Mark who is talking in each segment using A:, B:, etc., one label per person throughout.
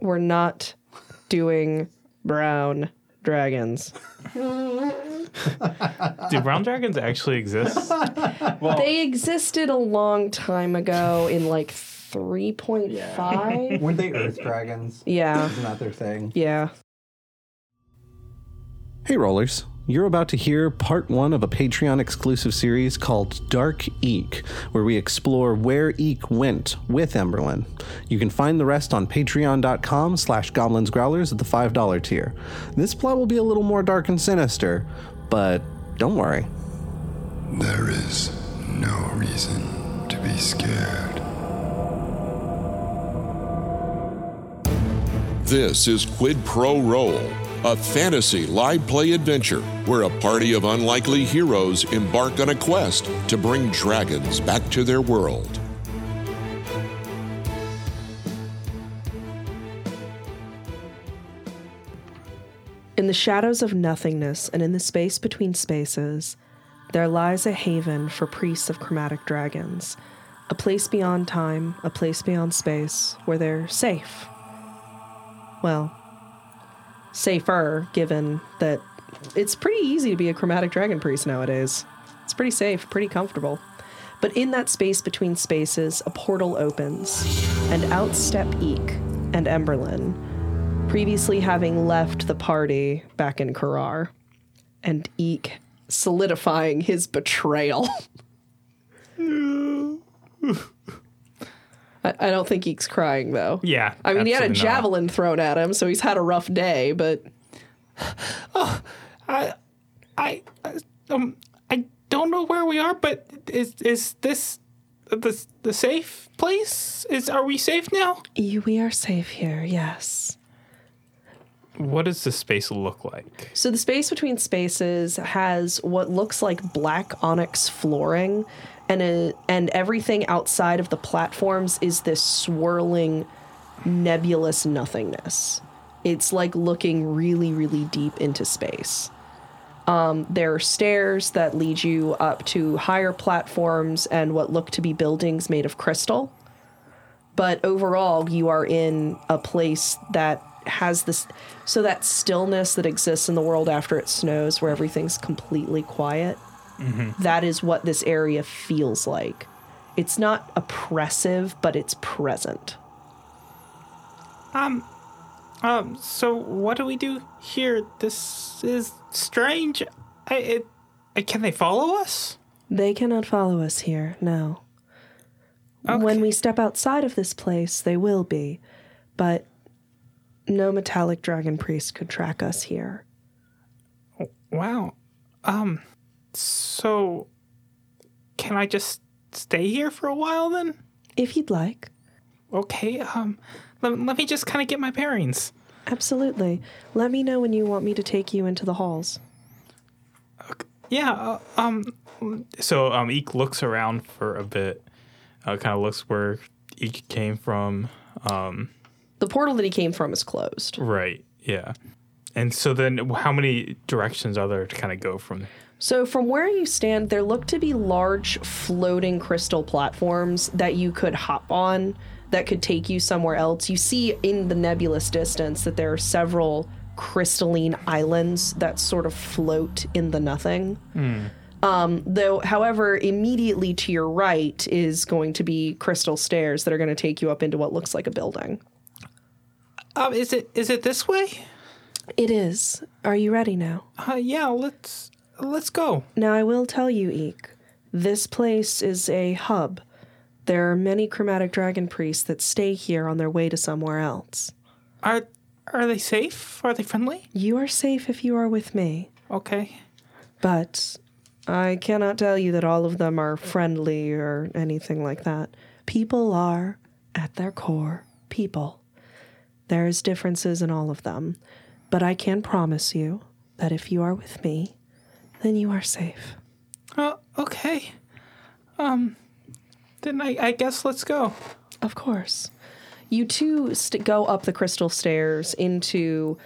A: we're not doing brown dragons.
B: Do brown dragons actually exist?
A: They existed a long time ago in like 3.5.
C: Weren't they Earth dragons?
A: Yeah.
C: Isn't that their thing?
A: Yeah.
D: Hey, Rollers. You're about to hear part one of a Patreon exclusive series called Dark Eek, where we explore where Eek went with Emberlyn. You can find the rest on patreon.com slash goblinsgrowlers at the $5 tier. This plot will be a little more dark and sinister, but don't worry.
E: There is no reason to be scared. This is Quid Pro Roll, a fantasy live play adventure where a party of unlikely heroes embark on a quest to bring dragons back to their world.
A: In the shadows of nothingness and in the space between spaces, there lies a haven for priests of chromatic dragons, a place beyond time, a place beyond space, where they're safe. Well, safer, given that it's pretty easy to be a chromatic dragon priest nowadays. It's pretty safe, pretty comfortable. But in that space between spaces, a portal opens, and out step Eek and Emberlyn, previously having left the party back in Karar, and Eek solidifying his betrayal. I, I don't think Eek's crying though.
B: Yeah.
A: I mean, he had a
B: absolutely not.
A: javelin thrown at him, so he's had a rough day, but
B: I, I- um, I don't know where we are, but is is this the the safe place? Is are we safe now?
A: we are safe here, yes.
B: What does the space look like?
A: So the space between spaces has what looks like black onyx flooring, and a, and everything outside of the platforms is this swirling, nebulous nothingness. It's like looking really, really deep into space. Um, there are stairs that lead you up to higher platforms and what look to be buildings made of crystal. but overall you are in a place that has this so that stillness that exists in the world after it snows where everything's completely quiet that is what this area feels like it's not oppressive but it's present
B: Um, so what do we do here? This is strange. I it, I can they follow us?
A: they cannot follow us here no when we step outside of this place they will be but no metallic dragon priest could track us here
B: Wow. Um, so can I just stay here for a while then?
A: if you'd like
B: Okay. Um, let, let me just kind of get my bearings.
A: absolutely let me know when you want me to take you into the halls
B: Yeah. Uh, um. So um, Eek looks around for a bit. Uh, kind of looks where Eek came from.
A: the portal that he came from is closed.
B: Right. Yeah. And so then, how many directions are there to kind of go from?
A: So, from where you stand, there look to be large floating crystal platforms that you could hop on that could take you somewhere else. You see in the nebulous distance that there are several crystalline islands that sort of float in the nothing. Um, though, however, immediately to your right is going to be crystal stairs that are going to take you up into what looks like a building.
B: Um. Is it is it this way?
A: It is. Are you ready now?
B: Uh. Yeah. Let's let's go.
A: Now, I will tell you, Eek, this place is a hub. There are many chromatic dragon priests that stay here on their way to somewhere else.
B: Are are they safe? Are they friendly?
A: You are safe if you are with me,
B: Okay.
A: but I cannot tell you that all of them are friendly or anything like that. People are, at their core, people. There is differences in all of them, but I can promise you that if you are with me, then you are safe.
B: Uh. Okay. Um. Then I I guess let's go.
A: Of course. You two st- go up the crystal stairs into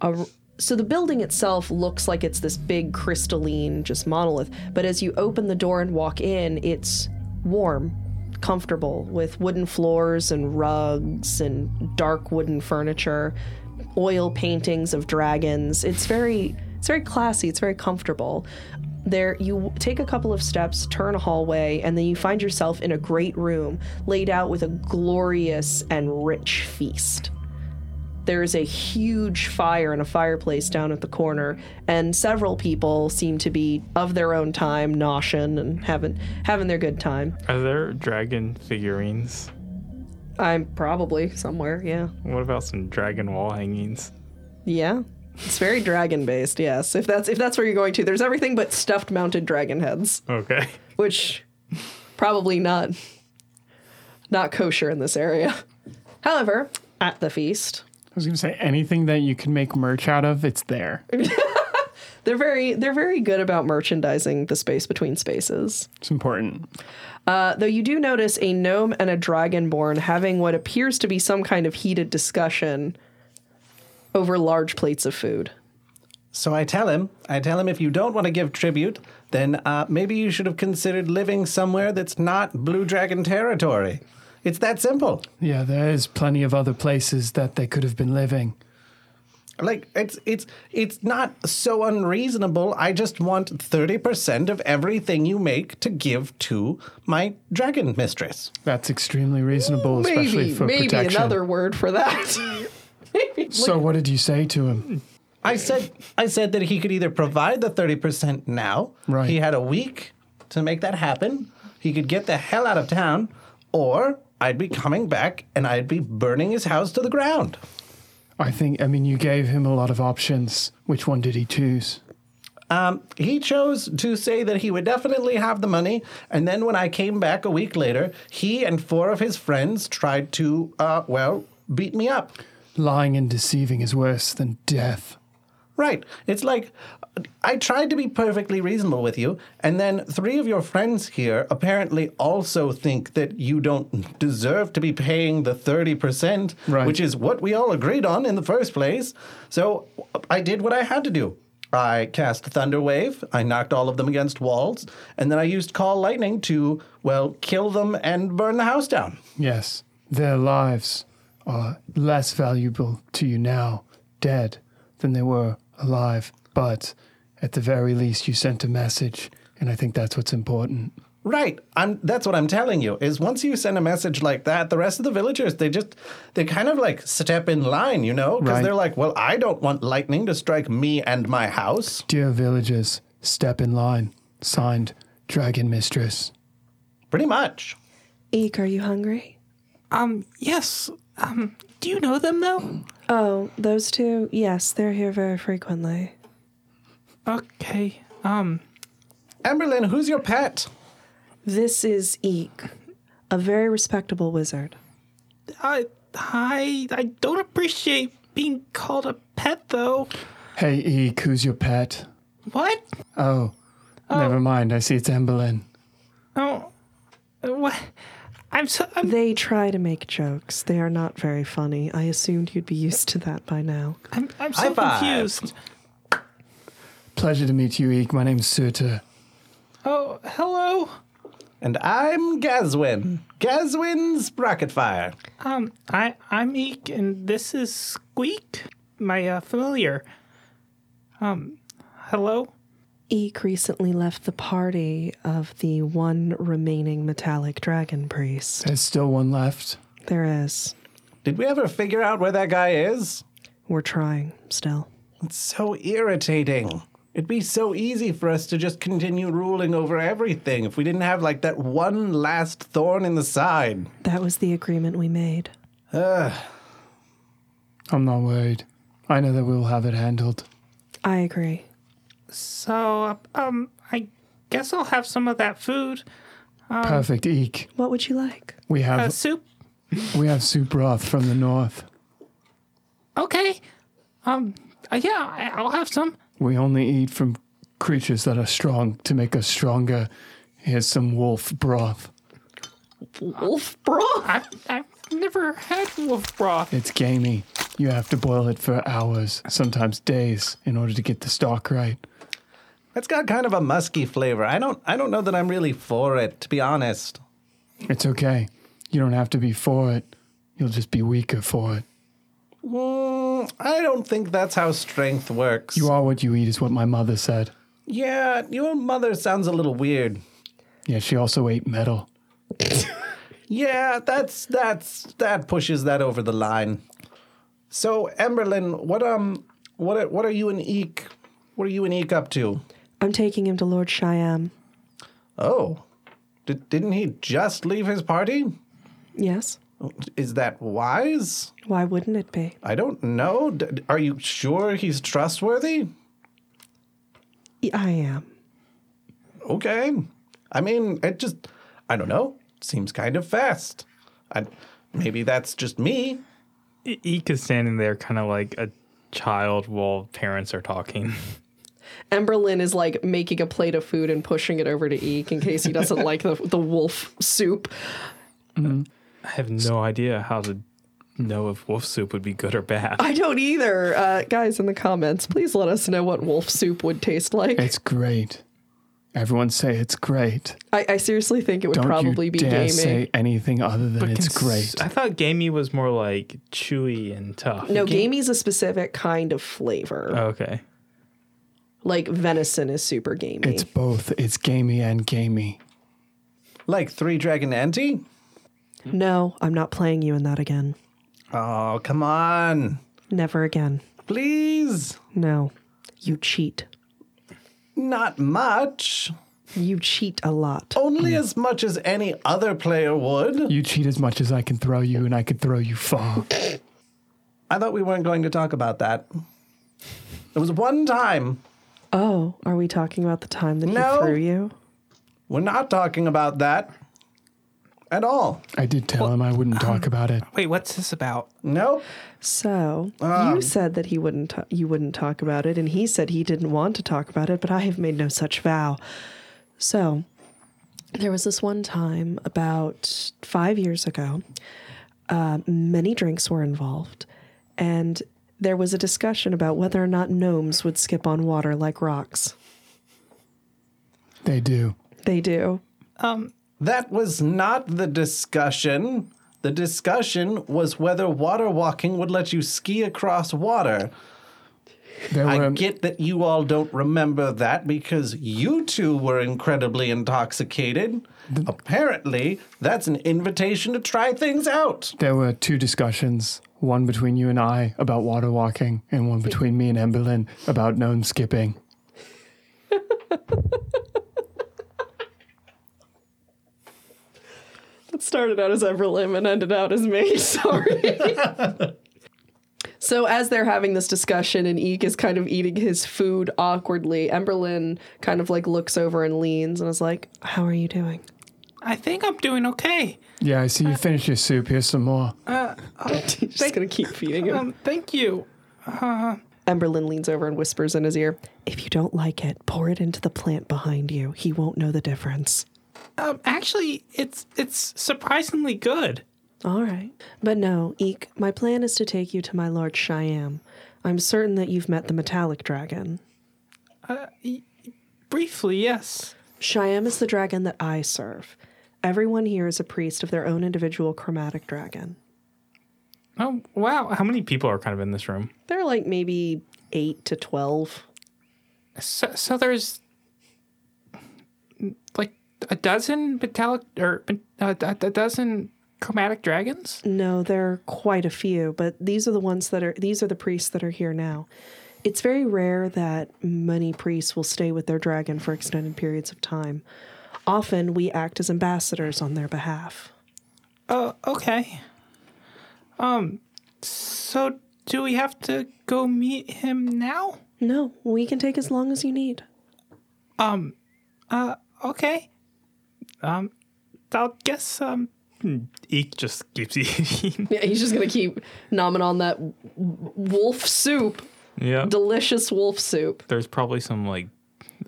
A: a. r- So the building itself looks like it's this big crystalline, just monolith. But as you open the door and walk in, it's warm, comfortable with wooden floors and rugs and dark wooden furniture, oil paintings of dragons. It's very it's very classy, it's very comfortable. There you take a couple of steps, turn a hallway, and then you find yourself in a great room laid out with a glorious and rich feast there is a huge fire and a fireplace down at the corner, and several people seem to be of their own time, noshing and having having their good time.
B: Are there dragon figurines?
A: I'm probably somewhere, yeah,
B: What about some dragon wall hangings?
A: yeah. It's very dragon based, yes. If that's if that's where you're going to, there's everything but stuffed mounted dragon heads,
B: Okay.
A: which probably not not kosher in this area. However, at the feast,
F: I was going to say anything that you can make merch out of, it's there.
A: they're very they're very good about merchandising the space between spaces.
F: It's important.
A: Uh, though you do notice a gnome and a dragonborn having what appears to be some kind of heated discussion over large plates of food.
G: So I tell him, I tell him if you don't want to give tribute, then uh, maybe you should have considered living somewhere that's not Blue Dragon territory. It's that simple.
F: Yeah, there is plenty of other places that they could have been living.
G: Like it's it's it's not so unreasonable. I just want 30% of everything you make to give to my dragon mistress.
F: That's extremely reasonable, especially
A: Maybe,
F: for
A: maybe
F: protection.
A: another word for that.
F: so, what did you say to him?
G: I said I said that he could either provide the 30% now.
F: Right.
G: He had a week to make that happen. He could get the hell out of town or I'd be coming back and I'd be burning his house to the ground.
F: I think, I mean, you gave him a lot of options. Which one did he choose?
G: He chose to say that he would definitely have the money, and then when I came back a week later, he and four of his friends tried to, uh, well, beat me up.
F: Lying and deceiving is worse than death.
G: Right. It's like I tried to be perfectly reasonable with you, and then three of your friends here apparently also think that you don't deserve to be paying the 30%,
F: Right.
G: which is what we all agreed on in the first place. So I did what I had to do. I cast Thunder Wave, I knocked all of them against walls, and then I used Call Lightning to, well, kill them and burn the house down.
F: Yes, their lives are less valuable to you now, dead, than they were alive. But at the very least, you sent a message, and I think that's what's important.
G: Right. I'm that's what I'm telling you is once you send a message like that, the rest of the villagers they just they kind of like step in line, you know? Because
F: Right.
G: they're like, Well, I don't want lightning to strike me and my house.
F: Dear villagers, step in line. Signed, Dragon Mistress.
G: Pretty much.
A: Eek, are you hungry?
B: Um, yes. Um, do you know them though?
A: Oh, those two? Yes, they're here very frequently.
B: Okay. Um,
G: Amberlyn, who's your pet?
A: This is Eek, a very respectable wizard.
B: I, I, I don't appreciate being called a pet though.
F: Hey, Eek, who's your pet?
B: What?
F: Oh, never mind. I see it's Emberlyn.
B: Oh, what? I'm so. I'm,
A: They try to make jokes. They are not very funny. I assumed you'd be used to that by now.
B: I'm, I'm
G: High
B: so
G: five.
B: confused.
F: Pleasure to meet you, Eek. My name's Surta.
B: Oh, hello.
G: And I'm Gazwin. Gazwin's Rocketfire.
B: Um, I I'm Eek, and this is Squeak, my uh, familiar. Um, hello.
A: Eek recently left the party of the one remaining metallic dragon priest.
F: There's still one left.
A: There is.
G: Did we ever figure out where that guy is?
A: We're trying still.
G: It's so irritating. It'd be so easy for us to just continue ruling over everything if we didn't have like that one last thorn in the side.
A: That was the agreement we made.
F: I'm not worried. I know that we'll have it handled.
A: I agree.
B: So, um, I guess I'll have some of that food.
F: Perfect, Eek.
A: What would you like?
F: We have
B: Uh,
G: Uh-huh.
B: soup.
F: we have soup broth from the north.
B: Okay. Um. uh, yeah, I- I'll have some.
F: We only eat from creatures that are strong to make us stronger. Here's some wolf broth.
A: Wolf broth.
B: I've I've never had wolf broth.
F: It's gamey. You have to boil it for hours, sometimes days, in order to get the stock right.
G: It's got kind of a musky flavor. I don't I don't know that I'm really for it, to be honest.
F: It's okay. You don't have to be for it. You'll just be weaker for it.
G: Mm, I don't think that's how strength works.
F: You are what you eat, is what my mother said.
G: yeah, your mother sounds a little weird.
F: Yeah, she also ate metal.
G: Yeah, that's that's that pushes that over the line. So, Emberlyn, what um, what are, what are you and Eek? What are you and Eek up to?
A: I'm taking him to Lord Shyam.
G: Oh, did, didn't he just leave his party?
A: Yes?
G: Is that wise?
A: Why wouldn't it be?
G: I don't know. D- are you sure he's trustworthy?
A: Y- I am.
G: Okay. I mean, it just, I don't know. Seems kind of fast. I, maybe that's just me.
H: Eek is standing there kind of like a child while parents are talking.
A: Emberlyn is like making a plate of food and pushing it over to Eek in case he doesn't like the, the wolf soup.
H: I have no idea how to know if wolf soup would be good or bad.
A: I don't either. Uh, guys, in the comments, please let us know what wolf soup would taste like.
F: It's great. Everyone say it's great.
A: I, I seriously think it would
F: Don't
A: probably
F: you
A: be
F: dare
A: gamey.
F: say anything other than it's great.
H: I thought gamey was more like chewy and tough.
A: No, gamey's a specific kind of flavor.
H: Okay.
A: like venison is super gamey.
F: It's both. It's gamey and gamey.
G: Like Three Dragon Ante?
A: no, I'm not playing you in that again.
G: Oh, come on.
A: Never again.
G: Please.
A: No. You cheat.
G: Not much.
A: You cheat a lot.
G: Only as much as any other player would.
F: You cheat as much as I can throw you, and I can throw you far.
G: I thought we weren't going to talk about that. There was one time.
A: Oh, are we talking about the time that
G: No.
A: he threw you?
G: We're not talking about that at all.
F: I did tell him I wouldn't
G: Um,
F: talk about it.
B: Wait, what's this about?
G: Nope.
A: So you said that he wouldn't ta- you wouldn't talk about it, and he said he didn't want to talk about it, but I have made no such vow. So there was this one time about five years ago. Uh, many drinks were involved, and there was a discussion about whether or not gnomes would skip on water like rocks.
F: They do.
A: They do.
G: That was not the discussion. The discussion was whether water walking would let you ski across water.
F: There
G: I
F: were
G: get that you all don't remember that because you two were incredibly intoxicated. Apparently, that's an invitation to try things out.
F: there were two discussions. One between you and I about water walking, and one between me and Emberlyn about gnome skipping.
A: It started out as Everlim and ended out as me. Sorry. so as they're having this discussion and Eek is kind of eating his food awkwardly, Emberlyn kind of like looks over and leans and is like, "How are you doing?"
B: I think I'm doing okay.
F: Yeah, I see you finished your soup. Here's some more.
A: She's just gonna keep feeding him.
B: Um, thank you.
A: Emberlyn leans over and whispers in his ear, "If you don't like it, pour it into the plant behind you. He won't know the difference."
B: Um, actually, it's it's surprisingly good.
A: All right. But no, Eek, my plan is to take you to my Lord Shyam. I'm certain that you've met the metallic dragon.
B: Briefly, yes.
A: Shyam is the dragon that I serve. Everyone here is a priest of their own individual chromatic dragon.
H: Oh wow! How many people are kind of in this room?
A: There are like maybe eight to twelve.
B: So, so there's like a dozen metallic or uh, a a dozen chromatic dragons.
A: No, there are quite a few, but these are the ones that are these are the priests that are here now. It's very rare that many priests will stay with their dragon for extended periods of time. Often we act as ambassadors on their behalf.
B: Oh, okay. Um, so do we have to go meet him now?
A: No, we can take as long as you need.
B: Okay. Um, I'll guess um
H: Eek just keeps eating.
A: Yeah, he's just gonna keep nomming on that wolf soup.
H: yeah.
A: Delicious wolf soup.
H: There's probably some like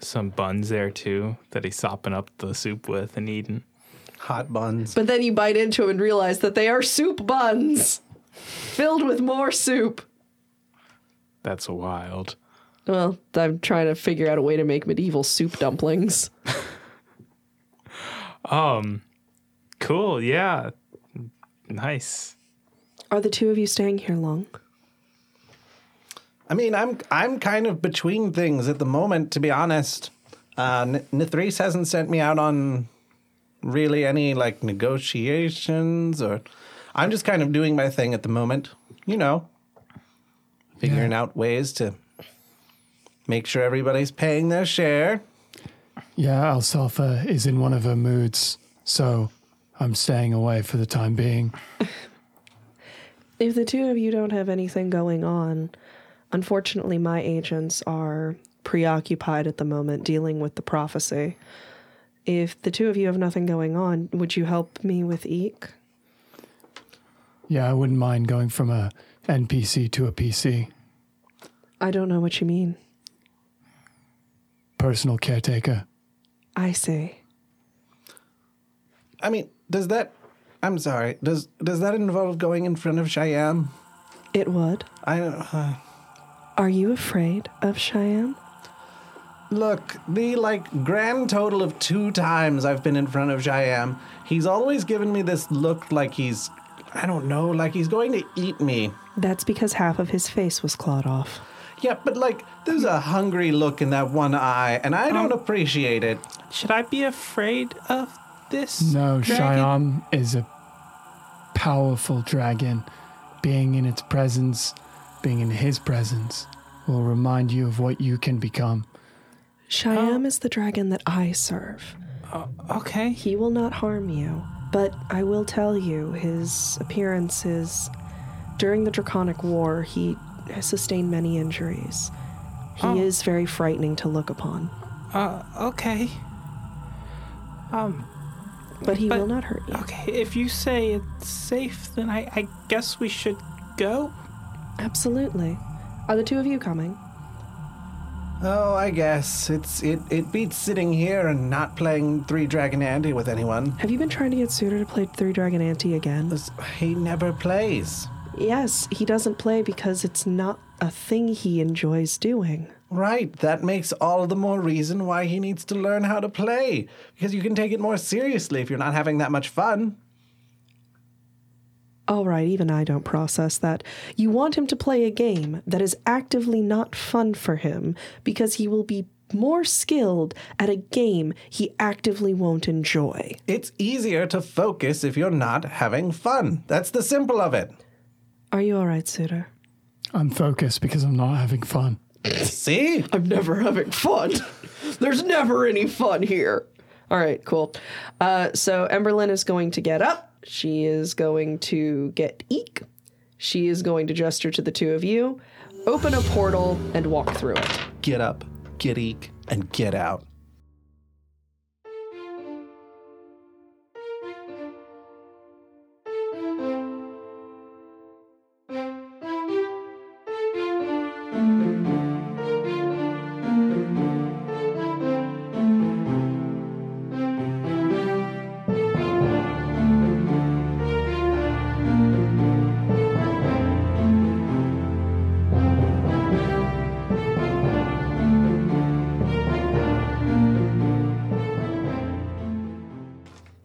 H: some buns there too that he's sopping up the soup with and eating.
G: Hot buns.
A: But then you bite into them and realize that they are soup buns filled with more soup.
H: That's wild.
A: Well, I'm trying to figure out a way to make medieval soup dumplings.
H: Cool. Yeah. Nice.
A: Are the two of you staying here long?
G: I mean, I'm I'm kind of between things at the moment, to be honest. Uh, N- Nithris hasn't sent me out on really any like negotiations, or I'm just kind of doing my thing at the moment. You know, figuring out ways to make sure everybody's paying their share.
F: Yeah, Alsalfa is in one of her moods, so I'm staying away for the time being.
A: If the two of you don't have anything going on, unfortunately, my agents are preoccupied at the moment dealing with the prophecy. If the two of you have nothing going on, would you help me with Eek?
F: Yeah, I wouldn't mind going from a NPC to a PC,
A: I don't know what you mean.
F: personal caretaker.
A: I see.
G: I mean, does that? I'm sorry. Does does that involve going in front of Shyam?
A: It would.
G: I uh,
A: Are you afraid of Cheyenne?
G: Look, the like grand total of two times I've been in front of Shyam, he's always given me this look like he's, I don't know, like he's going to eat me.
A: That's because half of his face was clawed off.
G: Yeah, but like there's a hungry look in that one eye, and I don't appreciate it.
B: Should I be afraid of this?
F: No,
B: dragon?
F: Shyam is a powerful dragon. Being in its presence, being in his presence, will remind you of what you can become.
A: Cheyenne is the dragon that I serve.
B: Okay.
A: He will not harm you, but I will tell you his appearance is. During the Draconic War, he sustained many injuries. He is very frightening to look upon,
B: Uh, okay.
A: but he
B: But-
A: will not hurt you.
B: Okay. If you say it's safe, then I, I guess we should go.
A: Absolutely. Are the two of you coming?
G: Oh, I guess it's it it beats sitting here and not playing Three Dragon Ante with anyone.
A: Have you been trying to get Suter to play Three Dragon Ante again?
G: This- He never plays,
A: Yes, he doesn't play because it's not a thing he enjoys doing.
G: right? That makes all the more reason why he needs to learn how to play because you can take it more seriously if you're not having that much fun.
A: All right, even I don't process that. You want him to play a game that is actively not fun for him because he will be more skilled at a game he actively won't enjoy.
G: It's easier to focus if you're not having fun. That's the simple of it.
A: Are you all right, Suter?
F: I'm focused because I'm not having fun.
G: See?
A: I'm never having fun. There's never any fun here. All right, cool. Uh, so Emberlyn is going to get up. She is going to get Eek. She is going to gesture to the two of you, open a portal, and walk through it.
G: Get up, get eek, and get out.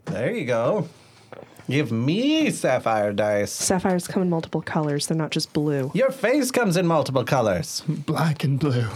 G: There you go. Give me sapphire dice.
A: Sapphires come in multiple colors. They're not just blue.
G: Your face comes in multiple colors.
F: Black and blue.